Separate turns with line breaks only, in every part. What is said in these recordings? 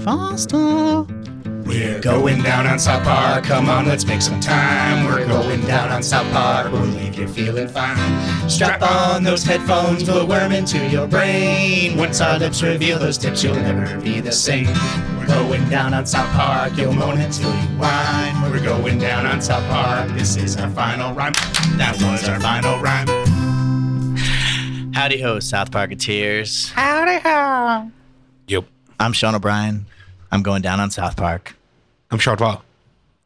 faster.
We're going down on South Park. Come on, let's make some time. We're going down on South Park. We'll leave you feeling fine. Strap on those headphones. We'll worm into your brain. Once our lips reveal those tips, you'll never be the same. We're going down on South Park. You'll moan until you whine. We're going down on South Park. This is our final rhyme. That was our final rhyme.
Howdy ho, South Parketeers.
Howdy ho.
Yep.
I'm Sean O'Brien. I'm going down on South Park.
I'm Sean Wall.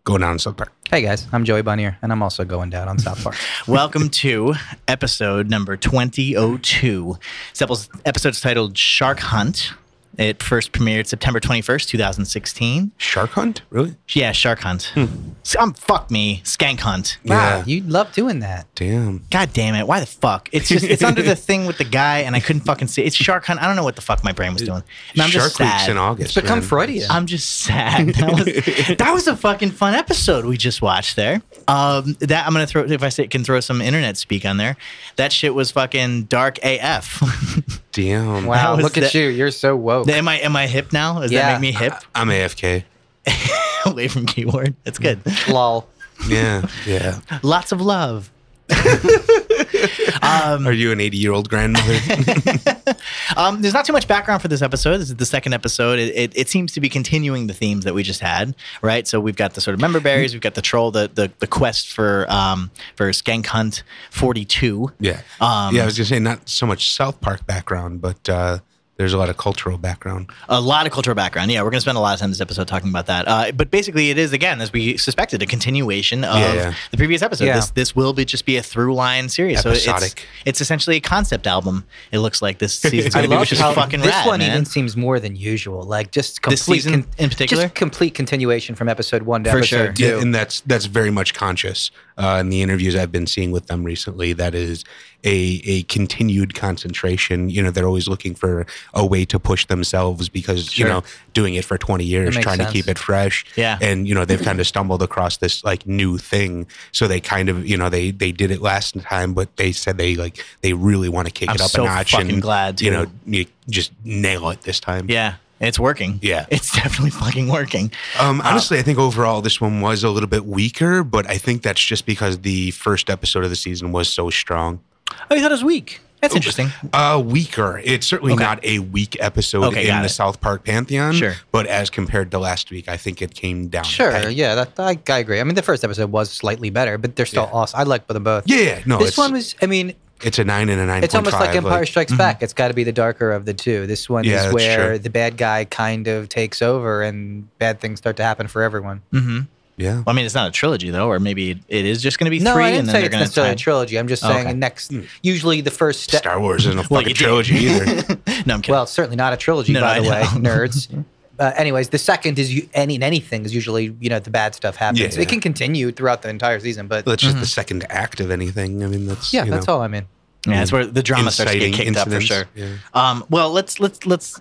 Going down South Park.
Hey guys, I'm Joey Bonnier, and I'm also going down on South Park.
Welcome to episode number 2002. This epis- episode's titled Shark Hunt. It first premiered September 21st, 2016.
Shark Hunt? Really?
Yeah, Shark Hunt.
Hmm.
S- Um, fuck me, Skank Hunt.
Wow,
Yeah.
you love doing that.
Damn.
God damn it! Why the fuck? It's just it's under the thing with the guy, and I couldn't fucking see. It's Shark Hunt. I don't know what the fuck my brain was doing. And I'm
Shark
just sad.
Week's in August.
It's become
man.
Freudian.
I'm just sad. That was, that was a fucking fun episode we just watched there. Um, that I'm gonna throw if I say, can throw some internet speak on there. That shit was fucking dark AF.
Damn.
wow,
was
look at
the-
you. You're so woke.
am I am I hip now? Does
Yeah.
that make me hip
I'm AFK.
away from keyboard? That's good.
Lol.
Yeah. Yeah.
Lots of love.
Are you an 80 year old grandmother?
Um, there's not too much background for this episode. This is the second episode. It, it, it seems to be continuing the themes that we just had, right? So we've got the sort of member berries, we've got the troll, the the, the quest for um for Skank Hunt 42.
yeah.
Um,
yeah. I was going to say, not so much South Park background, but uh, there's a lot of cultural background.
A lot of cultural background. Yeah, we're going to spend a lot of time this episode talking about that. Uh, but basically, it is again, as we suspected, a continuation of
Yeah, yeah.
the previous episode.
Yeah.
This this will be just be a through line series. So it's
Episodic.
it's essentially a concept album. It looks like this season's
I
going to be, which is fucking
this
rad,
one
man.
even seems more than usual. Like just complete
This season
con-
in particular?
just complete continuation from episode one to
For
episode
sure.
two.
Yeah, and that's that's very much conscious uh, in the interviews I've been seeing with them recently. That is a a continued concentration. You know, they're always looking for a way to push themselves because
Sure.
you know doing it for twenty years,
makes
trying
sense.
to keep it fresh.
Yeah.
and you know they've kind of stumbled across this like new thing. So they kind of you know they they did it last time, but they said they like they really want to kick
I'm
it up
so
a notch
fucking
and
glad,
you know
too.
you just nail it this time.
yeah, it's working.
Yeah.
it's definitely fucking working.
Um, honestly, I think overall this one was a little bit weaker, but I think that's just because the first episode of the season was so strong.
Oh, you thought it was weak. That's interesting.
Uh, weaker. It's certainly
Okay.
not a weak episode
Okay,
in
got
the
it.
South Park pantheon.
Sure.
But as compared to last week, I think it came down.
Sure,
peg.
yeah, that, I, I agree. I mean, the first episode was slightly better, but they're still
Yeah.
awesome. I like them both.
Yeah. yeah, No.
this
it's,
one was. I mean,
It's a nine and a nine.
it's almost like Empire Strikes Back. It's got to be the darker of the two. This one
Yeah,
is
that's
where
true.
the bad guy kind of takes over, and bad things start to happen for everyone.
Mm-hmm.
yeah.
Well, I mean, it's not a trilogy though, or maybe it is just going to be
No,
three,
I
and
didn't
then
say
they're
it's
going to
necessarily
tie. Oh,
a trilogy. I'm just saying
Okay.
next.
Hmm.
Usually, the first step.
Star Wars isn't a
Well,
fucking
you did.
trilogy either.
No, I'm kidding.
Well, certainly not a trilogy,
No, no,
by
I
the way,
know.
nerds. Uh, anyways, the second is you, any and anything is usually you know the bad stuff happens.
Yeah, yeah.
It can continue throughout the entire season, but
That's
Mm-hmm.
just the second act of anything. I mean, that's
yeah,
you
that's
know,
all I mean.
yeah, that's where the drama starts to get
inciting
kicked up for
incidents.
sure.
Yeah.
Um, well, let's let's let's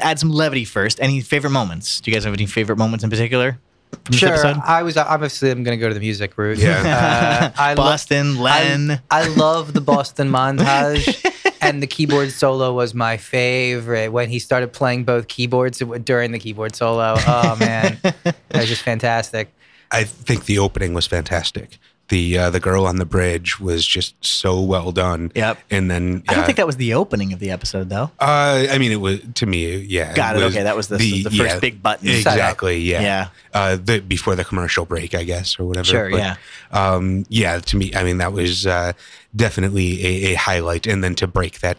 add some levity first. Any favorite moments? Do you guys have any favorite moments in particular from
Sure,
this episode?
I was obviously I'm going to go to the music route.
Yeah.
uh, I lo-
Boston, Len.
I, I love the Boston montage. And the keyboard solo was my favorite. When he started playing both keyboards during the keyboard solo, oh man, that was just fantastic.
I think the opening was fantastic. The uh, the girl on the bridge was just so well done.
Yep.
And then
I don't
uh,
think that was the opening of the episode though.
Uh, I mean, it was to me. Yeah.
Got it. Okay, that was the- the first big button setup.
Exactly. Yeah.
Yeah.
Uh, the, before the commercial break, I guess, or whatever.
Sure,
But,
yeah.
Um, yeah. To me, I mean, that was uh, definitely a, a highlight. And then to break that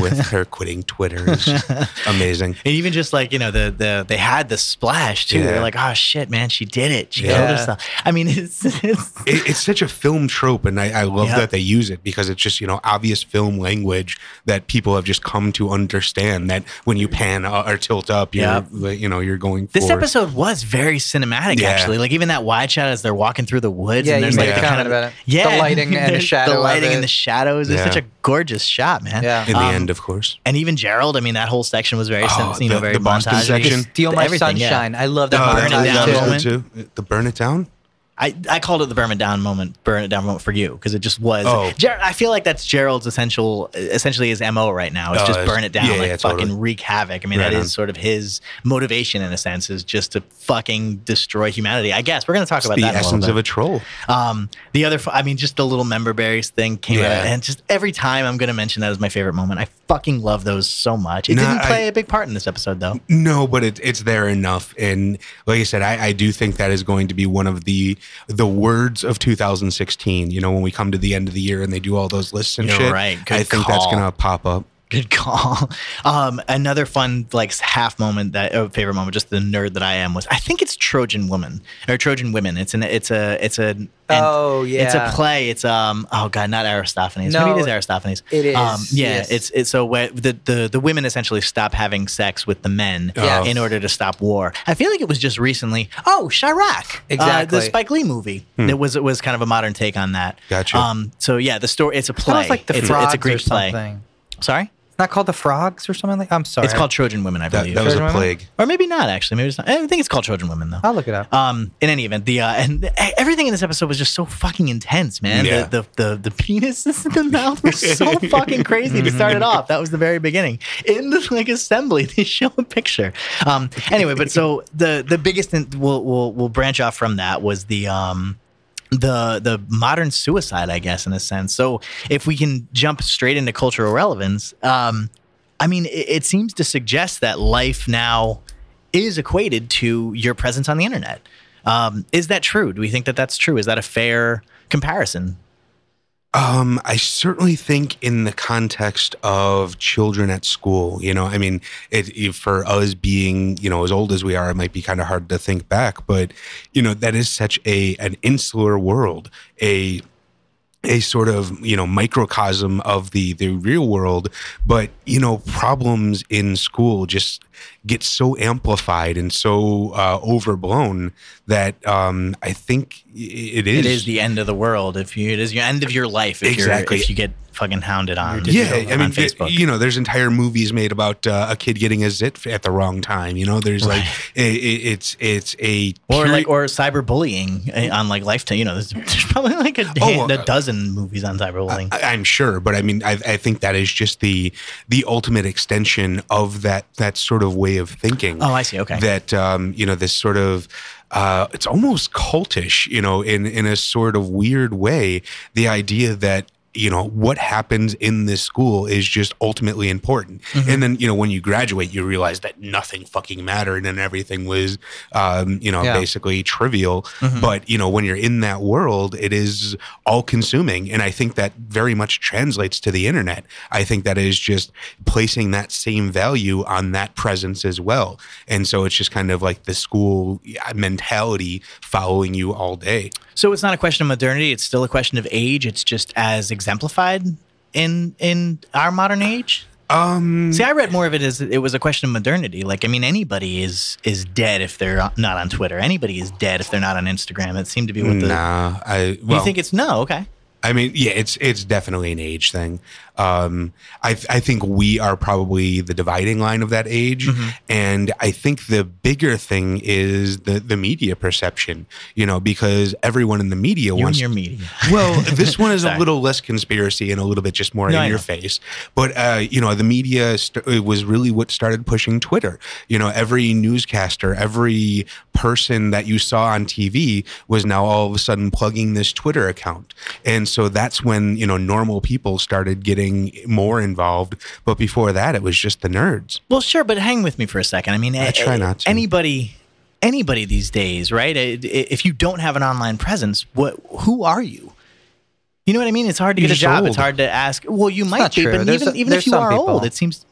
with her quitting Twitter is just amazing.
And even just like you know the the they had the splash too. They're
Yeah.
like, oh shit, man, she did it. She
Yeah.
killed herself. I mean, it's, it's
it, it's such a film trope, and I, I love
Yeah.
that they use it because it's just you know obvious film language that people have just come to understand. That when you pan uh, or tilt up, you're
Yep.
like, you know you're going.
This
for,
episode was very cinematic,
Yeah.
actually. Like even that wide shot as they're walking through the woods.
Yeah,
and
you
there's like
made a
the kind
comment
of,
about it.
Yeah,
The lighting and the
there's
shadow
The
of
lighting and
it.
the shadows. It's
Yeah.
such a gorgeous shot, man.
Yeah.
in the
Um,
end, of course.
And even Gerald. I mean, that whole section was very, sim-
Oh,
you know,
the-
very
the Boston
montage-y.
section.
Steal my
Everything, yeah.
Oh, Uh,
sunshine. I love that
burn it
montage
down
too.
moment.
too. The burn it down.
I, I called it the burn it down moment, burn it down moment for you because it just was.
Oh.
Ger- I feel like that's Gerald's essential, essentially his mo right now. It's
Oh,
just
it's-
burn it down,
yeah,
like
yeah,
fucking
totally.
wreak havoc. I mean, that
Right
is
on.
sort of his motivation in a sense, is just to fucking destroy humanity. I guess we're gonna talk
It's
about
the
that. in a little
essence
bit.
of a troll.
Um, the other, f- I mean, just the little member berries thing came
Yeah.
out, and just every time I'm going to mention that as my favorite moment. I fucking love those so much. It
Nah,
didn't play
I-
a big part in this episode, though.
No, but it, it's there enough. And like I said, I, I do think that is going to be one of the the words of 2016. You know, when we come to the end of the year and they do all those lists and
You're
shit,
right. Good
I think that's
call.
going to pop up.
Good call. Um, another fun like half moment that uh, favorite moment, just the nerd that I am was. I think it's Trojan Woman or Trojan Women. It's an it's a it's a an-
oh yeah,
It's a play. It's um oh god, not Aristophanes.
No,
Maybe it is Aristophanes.
it is,
Um, yeah,
yes.
it's it's so where the, the the women essentially stop having sex with the men
Oh.
Yes.
in order to stop war. I feel like it was just recently. Oh, Chirac, uh,
Exactly.
the Spike Lee movie. It was it was kind of a modern take on that.
Hmm. Gotcha.
Um, so yeah, the story. It's a
It's
play.
almost like the
it's,
frogs
it's a Greek
or something.
play. Sorry,
It's not called the frogs or something like. I'm sorry.
it's called Trojan Women, I
That,
believe,
that was a
Remember?
plague.
or maybe not actually. Maybe it's not. I think it's called Trojan Women though.
I'll look it up.
Um, in any event, the uh, and e- everything in this episode was just so fucking intense, man.
Yeah.
The, the the the penises in the mouth was so fucking crazy to start it off. That was the very beginning. In the like assembly, they show a picture. Um, anyway, but so the the biggest in, we'll, we'll we'll branch off from that was the um the the modern suicide, I guess, in a sense. So if we can jump straight into cultural relevance, um, I mean, it, it seems to suggest that life now is equated to your presence on the internet. Um, is that true? Do we think that that's true? Is that a fair comparison?
Um, I certainly think in the context of children at school, you know, I mean, it, it- for us being, you know, as old as we are, it might be kind of hard to think back, but you know, that is such a an insular world, a a sort of you know microcosm of the the real world but you know problems in school just get so amplified and so uh, overblown that um i think i- it is
It is the end of the world. If you, it is your end of your life. If
Exactly.
You're, if you get fucking hounded on,
yeah, I
on
mean, y-
Facebook.
you know, there's entire movies made about uh, a kid getting a zit at the wrong time. You know, there's like
Right.
i i it's it's a
or
pure-
like or cyberbullying eh, on like lifetime. You know, there's, there's probably like a, hand-
uh,
a dozen movies on cyberbullying.
I, I'm sure, but I mean, I, I think that is just the the ultimate extension of that that sort of way of thinking.
oh, I see. Okay.
That um, you know, this sort of uh, it's almost cultish, you know, in in a sort of weird way. The idea that you know what happens in this school is just ultimately important, and then you know when you graduate, you realize that nothing fucking mattered and everything was um, you know
Yeah.
basically trivial.
Hmm. Mm-hmm.
But you know when you're in that world, it is all consuming, and I think that very much translates to the internet. I think that is just placing that same value on that presence as well, and so it's just kind of like the school yeah, mentality following you all day.
So it's not a question of modernity. It's still a question of age. It's just as exemplified in in our modern age.
Um,
See, I read more of it as it was a question of modernity. Like, I mean, anybody is is dead if they're not on Twitter. Anybody is dead if they're not on Instagram. It seemed to be what the.
nah, I
You
well,
think it's no? Okay.
I mean, yeah, it's it's definitely an age thing. Um, I I think we are probably the dividing line of that age,
Mm-hmm.
and I think the bigger thing is the the media perception. You know, because everyone in the media
You and
wants
your media.
well, this one is a
Sorry.
little less conspiracy and a little bit just more
No, I
in your
know.
face. But uh, you know, the media st- it was really what started pushing Twitter. You know, every newscaster, every person that you saw on TV was now all of a sudden plugging this Twitter account, and so that's when you know normal people started getting more involved. But before that, it was just the nerds.
Well, sure, but hang with me for a second. I mean, I
try not to.
Anybody, anybody these days, right? I- I- If you don't have an online presence, what? Who are you? You know what I mean? It's hard to
You're
get a
just
job.
old.
It's hard to ask. Well, you might
not
be,
true.
but
There's
even,
a-
even
there's
if you
some
are old,
people.
it seems.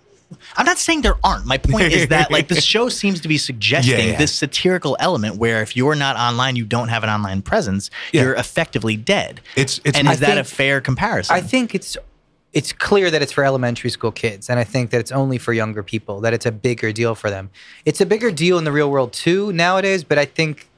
I'm not saying there aren't. My point is that like the show seems to be suggesting
Yeah, yeah.
this satirical element where if you're not online, you don't have an online presence,
Yeah.
you're effectively dead.
It's it's
and is
I
that a
think-
fair comparison?
I think it's it's clear that it's for elementary school kids, and I think that it's only for younger people. That it's a bigger deal for them. It's a bigger deal in the real world too nowadays, but I think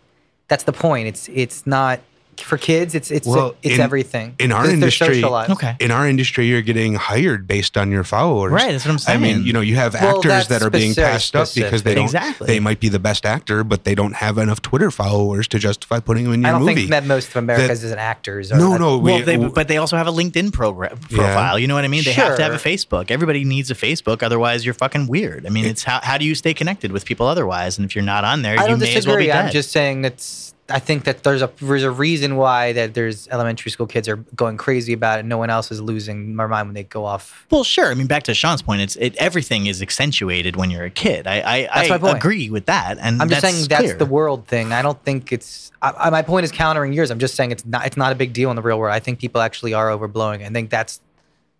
that's the point. It's it's not for kids, it's it's
Well,
it's
in-
everything.
in our
It's their
industry-
social life.
Okay.
In our industry, you're getting hired based on your followers.
Right, that's what I'm
I
saying.
mean, you know, you have
Well,
actors
that's
that are being
specific-
passed up because they
specific.
don't.
Exactly.
They might be the best actor, but they don't have enough Twitter followers to justify putting them in your
I don't
movie.
think that most of America's is an actors. Are
no,
that-
no. We,
well, they, but they also have a LinkedIn program profile. You know what I mean? They have to have a
Sure.
Facebook. Everybody needs a Facebook, otherwise you're fucking weird. I mean, it's how how do you stay connected with people otherwise? And if you're not on there,
I
you
don't
may
disagree.
as well be dead.
I'm just saying that's. I think that there's a there's a reason why that there's elementary school kids are going crazy about it. No one else is losing their mind when they go off.
well, sure. I mean, back to Sean's point, it's it everything is accentuated when you're a kid. I I,
That's
I
my point.
agree with that. And
I'm just
that's
saying that's
clear.
the world thing. I don't think it's. I, I, my point is countering yours. I'm just saying it's not. It's not a big deal in the real world. I think people actually are overblowing. it. I think that's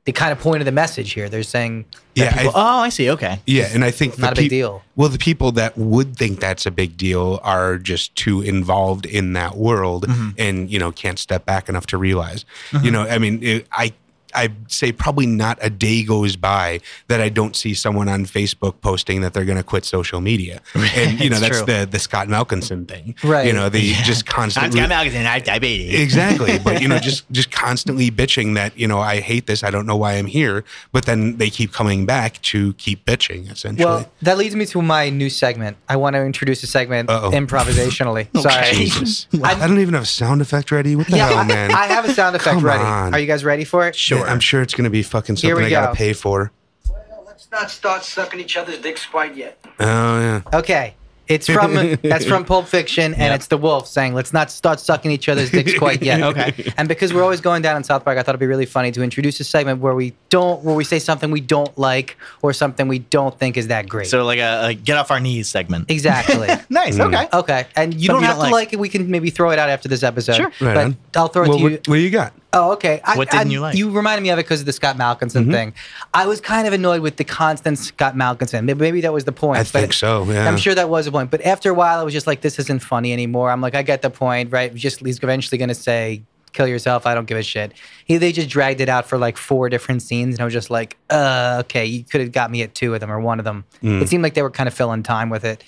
the kind of point of the message here. They're saying
yeah, I-
Well, oh, I see. Okay.
yeah, and I think the
not a big
peop-
deal.
Well, the people that would think that's a big deal are just too involved in that world and, you know, can't step back enough to realize. You know, I mean, it, I I say probably not a day goes by that I don't see someone on Facebook posting that they're going to quit social media. And you know,
It's
that's
true.
the the Scott Malkinson thing. You
Right.
know, they just
I'm
constantly
Scott Malkinson. I have diabetes.
Exactly. But you know, just just constantly bitching that, you know, I hate this, I don't know why I'm here, but then they keep coming back to keep bitching essentially.
Well, that leads me to my new segment. I want to introduce a segment
Uh-oh.
improvisationally. Sorry.
Jesus. I don't even have a sound effect ready. What the
Yeah,
hell,
I,
Oh, man?
I have a sound effect
Come
ready.
on.
Are you guys ready for it?
Yeah, I'm sure it's going to be fucking
Here
something
we
I got
go.
to pay for.
Well, let's not start sucking each other's dicks quite yet.
Oh, yeah.
Okay. It's from that's from Pulp Fiction, and it's the wolf saying, "Let's not start sucking each other's dicks quite yet."
Okay.
And because we're always going down in South Park, I thought it'd be really funny to introduce a segment where we don't, where we say something we don't like or something we don't think is that great.
So like a, a get off our knees segment.
exactly.
Nice.
Mm.
Okay.
okay. And you
Something
don't
you
have
don't
to
like.
like it. We can maybe throw it out after this episode.
Sure.
Right
but
on.
I'll throw it
Well,
to
what,
you.
what do you got?
Oh, okay. I,
What didn't
I-
you like? Mm-hmm.
You reminded me of it because of the Scott Malkinson thing. I was kind of annoyed with the constant Scott Malkinson. Maybe, maybe that was the point.
I
but
think so. Yeah.
I'm sure that was the point. But after a while, I was just like, this isn't funny anymore. I'm like, I get the point, right? Just he's eventually going to say, kill yourself. I don't give a shit. He, they just dragged it out for like four different scenes. And I was just like, uh, okay, you could have got me at two of them or one of them.
Mm.
It seemed like they were kind of filling time with it.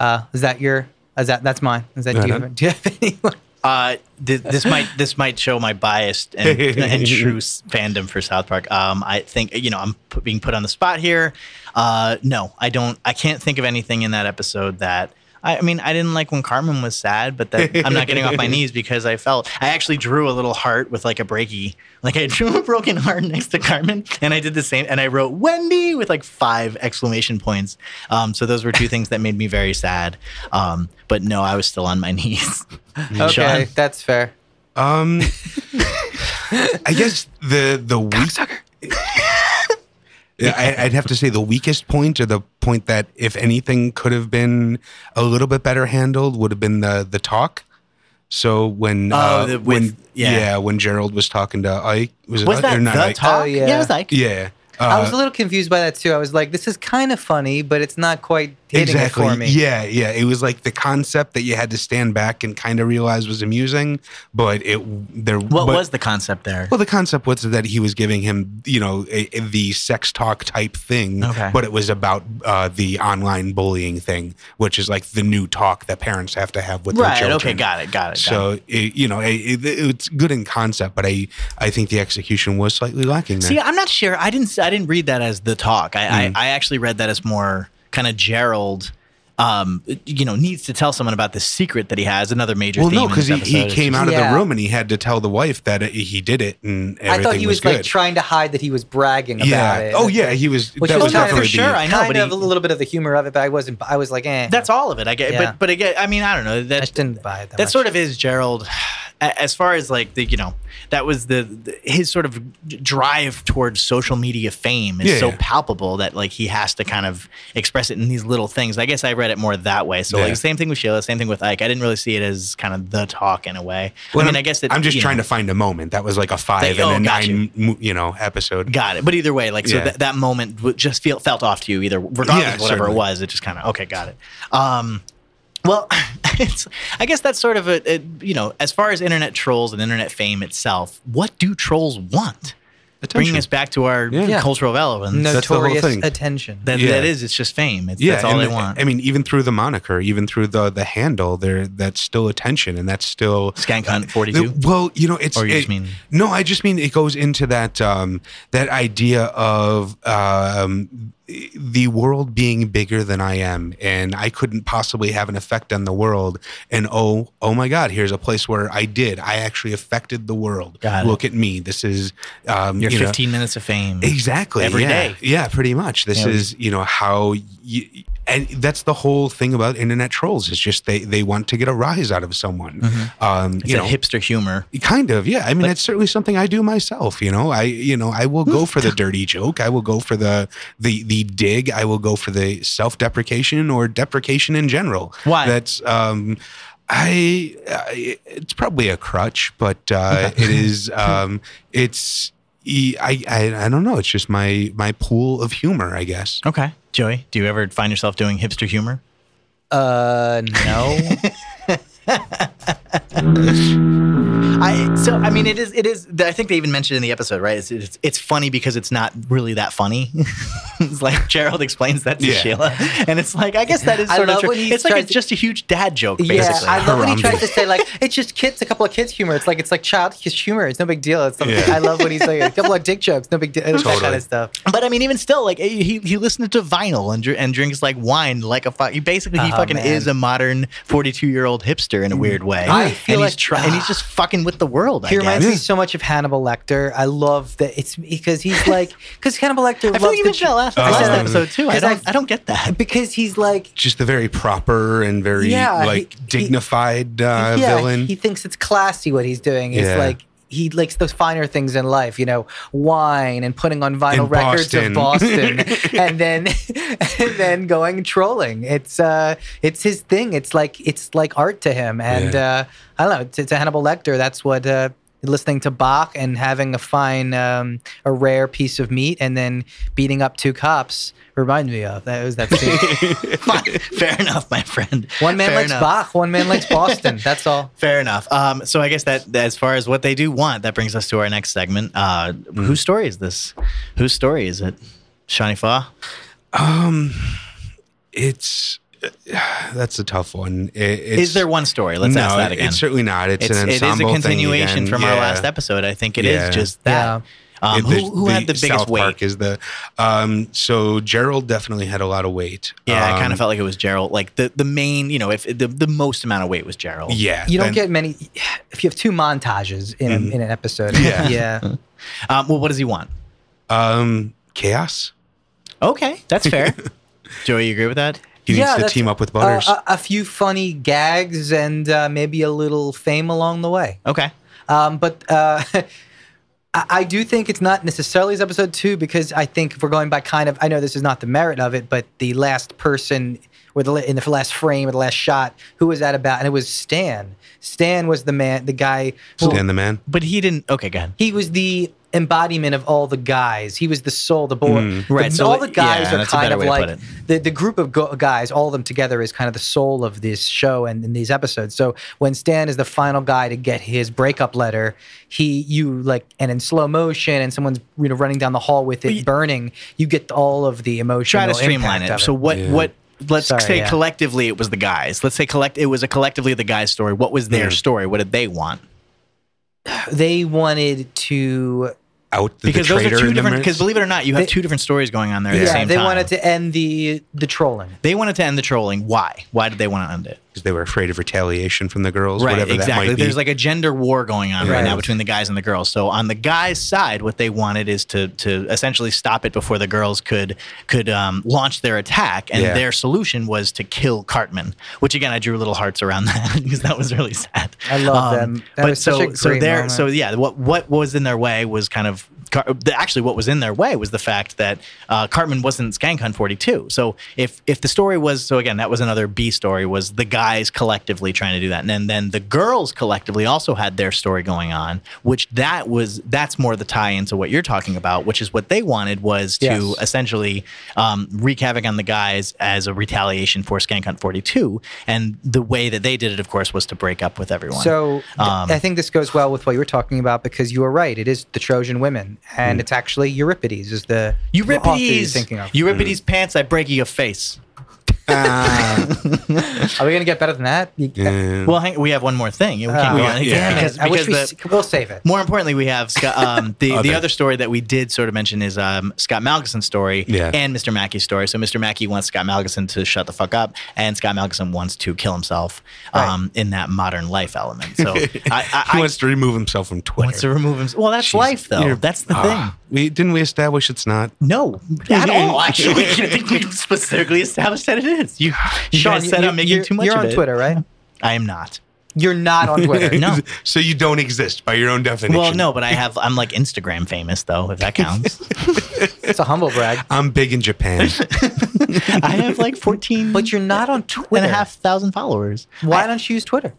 Uh, is that your, is that, that's mine. Is that, do you
Uh-huh.
have, do you have anyone?
Uh, th- this might this might show my biased and, and true s- fandom for South Park. Um, I think you know I'm p- being put on the spot here. Uh, no, I don't. I can't think of anything in that episode that. I I mean, I didn't like when Carmen was sad, but that I'm not getting off my knees because I felt I actually drew a little heart with like a breaky, like I drew a broken heart next to Carmen, and I did the same, and I wrote Wendy with like five exclamation points. Um, so those were two things that made me very sad. Um, but no, I was still on my knees.
Okay,
Sean?
that's fair.
Um, I guess the the weak. Yeah, I, I'd have to say the weakest point, or the point that, if anything, could have been a little bit better handled, would have been the the talk. So when
Oh,
uh,
the- with-
when
yeah.
when Gerald was talking to Ike, was it
Was
Ike?
that
or
the
not Ike?
talk?
Oh, yeah.
yeah, it was like
Yeah, uh,
I was a little confused by that too. I was like, this is kind of funny, but it's not quite hitting
exactly.
it for me.
Yeah, yeah. It was like the concept that you had to stand back and kind of realize was amusing, but it there.
What
but-
was the concept there?
Well, the concept was that he was giving him, you know, a, a- the sex talk type thing,
Okay.
but it was about uh, the online bullying thing, which is like the new talk that parents have to have with their
right.
children.
Okay. Got it. Got it. Got it.
So it, you know, it, it, it's good in concept, but I I think the execution was slightly lacking there.
See, I'm not sure. I didn't. I didn't read that as the talk. I, I, I actually read that as more kind of Gerald. Um, you know, needs to tell someone about the secret that he has. Another major.
well,
theme
no, because he, he came out of
Yeah.
the room and he had to tell the wife that uh, he did it, and everything
I thought he was,
good.
like trying to hide that he was bragging
yeah.
about it.
Oh yeah, he was.
Which
that
was
was
kind of-
definitely
for
the-
sure. I know,
kind
but
of
he-
a little bit of the humor of it, but I wasn't. I was like, eh.
That's all of it. I get.
Yeah.
But but again, I mean, I don't know. That,
I just didn't buy it. That
that
much.
sort of is Gerald. a- As far as like the you know, that was the, the- his sort of drive towards social media fame is
Yeah,
so
yeah.
palpable that like he has to kind of express it in these little things. I guess I read it more that way. So
Yeah.
like same thing with Sheila, same thing with Ike. I didn't really see it as kind of the talk in a way. I
Well,
mean,
I'm-
I guess that
I'm just
you
trying
know,
to find a moment. That was like a five
oh,
and a
got you.
nine, mo- you know, episode.
Got it. But either way, like so
Yeah.
that that moment w- just feel felt off to you either regardless
Yeah,
of whatever
certainly.
it was. It just kind of okay, got it. Um well, it's, I guess that's sort of a, a you know, as far as internet trolls and internet fame itself, what do trolls want? bringing us back to our
Yeah.
cultural relevance.
No. That's the whole
Notorious
thing.
attention.
That,
Yeah.
that is, it's just fame. It's, that's all
and
they
the-
want.
I mean, even through the moniker, even through the the handle, there that's still attention, and that's still
Skank Hunt
uh, the-
42.
well, you know, it's
Or you
it-
just mean-
no, I just mean it goes into that um, that idea of um, the world being bigger than I am, and I couldn't possibly have an effect on the world. And oh, oh my God, here's a place where I did. I actually affected the world.
Got it.
Look at me. This is um,
Your
you know-
15 minutes of fame.
Exactly.
Every
yeah.
day.
Yeah, pretty much. This
Yeah, we-
is, you know, how you, and that's the whole thing about internet trolls is just they they want to get a rise out of someone. Um,
Mm-hmm. It's
you
that
know,
hipster humor.
kind of. Yeah. I mean, that's certainly something I do myself, you know. I you know, I
Hmm.
will go for the dirty joke. I will go for the the the dig. I will go for the self-deprecation or deprecation in general.
Why?
That's um I, I it's probably a crutch, but uh, it is um, it's e- I, I I don't know. It's just my my pool of humor, I guess.
Okay. Joey, do you ever find yourself doing hipster humor?
Uh, no.
I so I mean it is it is I think they even mentioned in the episode right it's it's, it's funny because it's not really that funny. it's like Gerald explains that to
Yeah.
Sheila, and it's like I guess that is
I
sort of
love
true.
when he
It's like
tries
it's
to-
just a huge dad joke basically.
yeah, I love when he
Harambe.
tries to say like it's just kids, a couple of kids humor. It's like it's like child humor. It's no big deal. It's something
Yeah.
I love when he's like a couple of dick jokes. No big deal. It's That kind
Totally.
of stuff.
But I mean, even still, like he he listens to vinyl and dr- and drinks like wine, like a fuck. He basically he
Oh,
fucking
man.
is a modern forty two year old hipster in a weird way.
I feel
and he's
like-
try- and he's just fucking with the world. I
He reminds
guess.
me so much of Hannibal Lecter. I love that it's because he's like because Hannibal Lecter.
I
loves
feel like you
the
mentioned that last,
I
last
said that.
episode too. I
Because
don't
I've-
I don't get that.
because he's like
Just the very proper and very
Yeah, he-
like
he-
dignified uh,
yeah,
villain.
He thinks it's classy what he's doing. It's
Yeah.
like he likes those finer things in life, you know, wine and putting on vinyl
And
records of
Boston.
Boston, and then and then going trolling. It's uh, it's his thing. It's like it's like art to him, and uh, I don't know. To, to Hannibal Lecter, that's what. Uh, listening to Bach and having a fine, um, a rare piece of meat, and then beating up two cops reminds me of that was that scene.
Fine. Fair enough, my friend.
one man
Fair
likes
enough.
Bach, one man likes Boston. That's all.
Fair enough. Um, so I guess that that as far as what they do want, that brings us to our next segment. Uh,
Mm-hmm.
Whose story is this? Whose story is it? Shani Fa?
Um, it's that's a tough one. It, it's,
Is there one story? Let's
no,
ask that again.
It's certainly not. It's,
It's-
an
it is a
ensemble thing
continuation
again.
from our
Yeah.
last episode. I think it is
Yeah.
just that. Um,
It-
who who had the biggest
South
weight?
Park is the um, so Gerald definitely had a lot of weight.
yeah, I
Um,
kind of felt like it was Gerald. Like the, the main, you know, if the, the most amount of weight was Gerald.
Yeah,
You
then-
don't
Mm-hmm.
get many if you have two montages in, in an episode.
Yeah.
yeah.
Um, well, what does he want?
um, chaos.
Okay, that's fair. Joey, you agree with that?
He
Yeah,
needs to
that's-
team up with
Uh,
Butters.
a, a few funny gags and uh, maybe a little fame along the way.
Okay.
Um, but uh, I, I do think it's not necessarily as episode two because I think if we're going by kind of, I know this is not the merit of it, but the last person or the la- in the last frame or the last shot, who was that about? And it was Stan. Stan was the man, the guy. who-
Stand the man.
But he didn't. Okay, go ahead.
he was the embodiment of all the guys. He was the soul, the boy.
Mm.
Right,
The,
so
all
the-
the guys
yeah,
are
that's a
kind
better
of
way to put
like
it.
the, the group of go- guys, all of them together is kind of the soul of this show and in these episodes. So when Stan is the final guy to get his breakup letter, he you like and in slow motion and someone's you know running down the hall with it burning, you get all of the emotional.
try to streamline
impact
it.
of
So what
Yeah.
what let's
Sorry,
say
yeah.
collectively it was the guys. Let's say collect it was a collectively the guys story. What was their
Mhm.
story? What did they want?
they wanted to
Out the,
Because
the
those are
traitor
two
in the
different
midst.
because believe it or not, you have
They-
two different stories going on there at
yeah,
the same
they
time.
wanted to end the the trolling.
they wanted to end the trolling. Why? Why did they want to end it?
'Cause they were afraid of retaliation from the girls.
Right,
whatever That
exactly.
might be.
There's like a gender war going on right
Right.
now between the guys and the girls. So on the guys' side, what they wanted is to to essentially stop it before the girls could could um, launch their attack, and
Yeah.
their solution was to kill Cartman. Which again, I drew little hearts around that because that was really sad. Um,
I love them. That
but
was
so
such a
so
great
there
moment.
so yeah, what what was in their way was kind of. Car- the- Actually, what was in their way was the fact that uh, Cartman wasn't Skank Hunt 42. So if if the story was so again, that was another B story was the guys collectively trying to do that, and then, then the girls collectively also had their story going on, which that was that's more the tie into what you're talking about, which is what they wanted was to
Yes.
essentially um, wreak havoc on the guys as a retaliation for Skank Hunt 42, and the way that they did it, of course, was to break up with everyone.
So th-
Um,
I think this goes well with what you were talking about because you are right. It is the Trojan women, and it's actually Euripides is the the author you're
Hmm. Euripides,
thinking of.
Euripides pants. I break your face.
Ah,
Are we gonna get better than that? You-
yeah.
Well, hang, we have one more thing. We can't
Oh.
go on.
Yeah.
Because,
I wish
because
we
the,
s- we'll save it.
More importantly, we have Scott, um, the
Other.
the other story that we did sort of mention is um, Scott Malgeson's story
Yeah.
and Mr. Mackey's story. So Mr. Mackey wants Scott Malgeson to shut the fuck up, and Scott Malgeson wants to kill himself um, in that modern life element. So I, I,
he
I
wants to remove himself from Twitter.
wants to remove himself. Well, that's life, though.
You're-
That's the
Ah,
thing.
we didn't we establish it's not.
No, at all. Actually, I think we specifically established that it is. You, you
Sean,
guys said
you-
I'm making
you're-
too much
You're
of
on
it.
Twitter, right?
I am not.
You're not on Twitter.
No.
so you don't exist by your own definition.
Well, no, but I have. I'm like Instagram famous, though, if that counts.
It's a humble brag.
I'm big in Japan.
I have like 14.
But you're not on
and
Twitter.
a half thousand followers.
Why don't you use Twitter?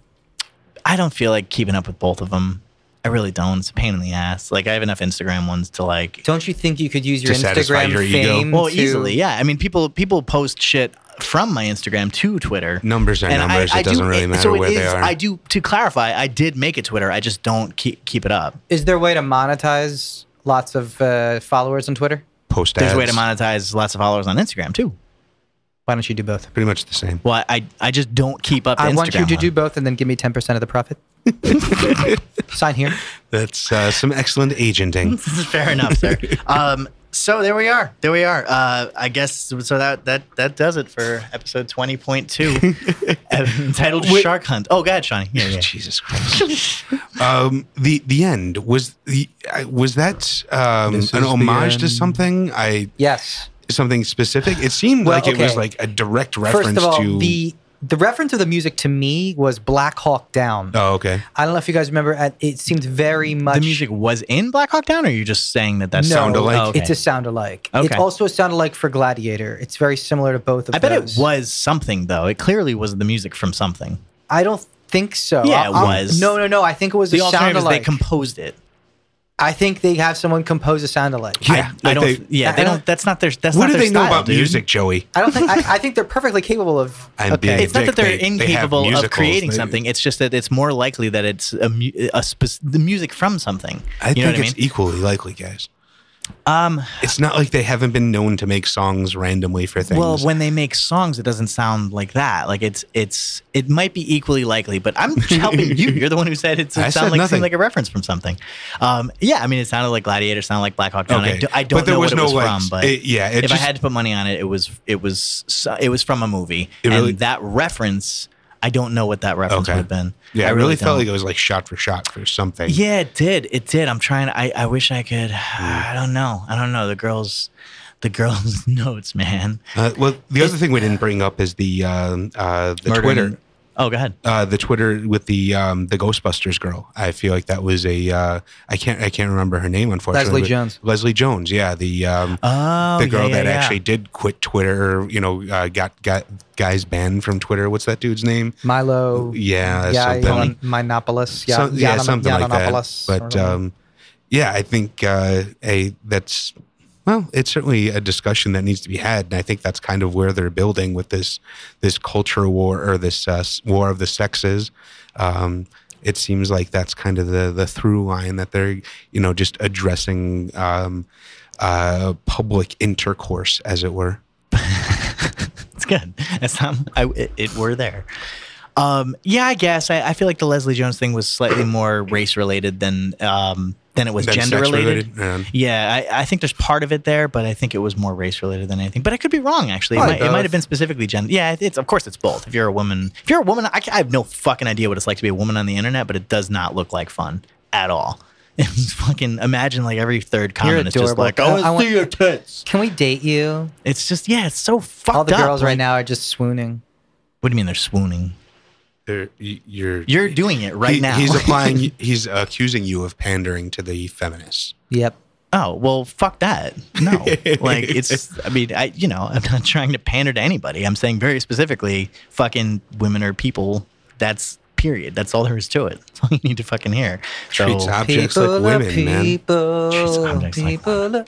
I don't feel like keeping up with both of them. I really don't. It's a pain in the ass. Like I have enough Instagram ones to like.
Don't you think you could use your
To satisfy
Instagram
your ego.
fame?
Well,
to-
easily, yeah. I mean, people people post shit from my Instagram to Twitter.
Numbers are numbers. it doesn't really matter
so it
where they
is-
are.
I do. To clarify, I did make it Twitter. I just don't keep keep it up.
Is there a way to monetize lots of uh, followers on Twitter?
Post
There's
ads.
a way to monetize lots of followers on Instagram too.
Why don't you do both?
Pretty much the same.
Well, I I just don't keep up. The
I
Instagram
want you to
one.
do both and then give me 10% of the profit. Sign here.
That's uh, some excellent agenting.
Fair enough, sir. Um, so there we are. There we are. Uh, I guess so. That that that does it for episode twenty point two, entitled "Shark Hunt." Oh, go ahead, Shawnee. Yeah, yeah.
Jesus Christ. um, the the end was the uh, was that um,
This
an
is the
homage to
end.
something? I
Yes.
something specific. It seemed
Well,
like it was
okay.
like a direct reference
First of all,
to.
the the reference of the music to me was Black Hawk Down.
oh, okay.
I don't know if you guys remember. uh, It seemed very much
The music was in Black Hawk Down, or are you just saying that that
No,
sound alike?
it's
It's a sound alike.
Okay.
It's also a sound alike for Gladiator. It's very similar to both of
I bet
those.
it was something though. It clearly was the music from something.
I don't think so.
Yeah,
I-
it
I'm-
was.
No, no, no. I think it was
The
a sound
alternative is they
alike.
composed it.
I think they have someone compose a sound alike.
Yeah,
I, I
like
don't.
they- Uh-huh.
yeah,
I
they
don't-
don't. That's not their. That's
What
not
do
their
they know
style,
about
dude.
music, Joey?
I don't think. I, I think they're perfectly capable of.
I'm
of-
being a
it's not that
dick.
they're
They- they have
incapable of
musicals.
creating
They-
something. It's just that it's more likely that it's a, mu- a spec- the music from something.
I
you know
think
what I
it's
mean?
equally likely, guys.
um,
It's not like they haven't been known to make songs randomly for things.
well, when they make songs, it doesn't sound like that. Like it's it's it might be equally likely, but I'm just helping you. You're the one who said it's,
I
it
said
sounded like
nothing.
seemed like a reference from something. Um, yeah, I mean, it sounded like Gladiator, sounded like Black Hawk Down. I, do, I don't know what it was
like,
from, but
it- yeah, it
if
just,
I had to put money on it, it was it was so- it was from a movie,
It really-
and that reference. I don't know what that reference
Okay.
would have been.
yeah, I really, felt
don't.
like it was like shot for shot for something.
Yeah, it did. It did. I'm trying. I, I wish I could. I don't know. I don't know. The girls, the girls' notes, man.
Uh, well, the other thing we didn't bring up is the um, uh, the
Murder
Twitter.
in- Oh, go ahead.
uh, the Twitter with the um, the Ghostbusters girl. I feel like that was a uh, I can't I can't remember her name unfortunately.
Leslie
but-
Jones.
Leslie Jones. Yeah, the um,
Oh,
the girl
yeah, yeah,
that
yeah.
actually did quit Twitter. You know, uh, got got guys banned from Twitter. What's that dude's name?
Milo.
Yeah,
Yeah.
something.
Minopolis. Yeah.
Some- yeah,
Yana-
something like that.
Yannonopoulos or
But
whatever.
um, yeah, I think uh, a that's well, it's certainly a discussion that needs to be had, and I think that's kind of where they're building with this this culture war or this uh, s- war of the sexes. Um, it seems like that's kind of the the through line that they're you know just addressing um, uh, public intercourse, as it were.
It's good. It's not, I, it, it were there. Um, yeah, I guess I, I feel like the Leslie Jones thing was slightly more race related than um, than it was
That's
gender related.
sex-related, and-
Yeah, I, I think there's part of it there, but I think it was more race related than anything. But I could be wrong, actually. It
Probably
might, it
both.
might have been specifically gender. Yeah, it- it's of course it's both. If you're a woman, if you're a woman, I, ca- I have no fucking idea what it's like to be a woman on the internet, but it does not look like fun at all. It's fucking imagine like every third comment is just
adorable.
like,
I-
oh,
I
I
want-
see your tits.
can we date you?
It's just yeah, it's so fucked
All the
up.
girls
Like,
right now are just swooning.
What do you mean they're swooning?
They're- y- You're
You're doing it right
he-
now.
He's applying. He's accusing you of pandering to the feminists.
Yep.
oh well, fuck that. No, like it's. I mean, I you know, I'm not trying to pander to anybody. I'm saying very specifically, fucking women are people. That's period. That's all there is to it. That's all you need to fucking hear. So
Treats objects like
are
women, man.
people.
Treats objects like
people. are-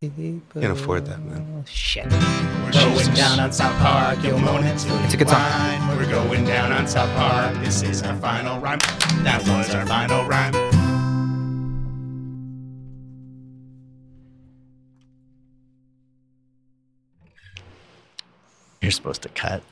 people
Can't afford that, man.
are- Shit.
We're going down on South Park. You'll moan until
It's a good song.
We're going down on South Park. This is our final rhyme. That was our final rhyme.
you're supposed to cut.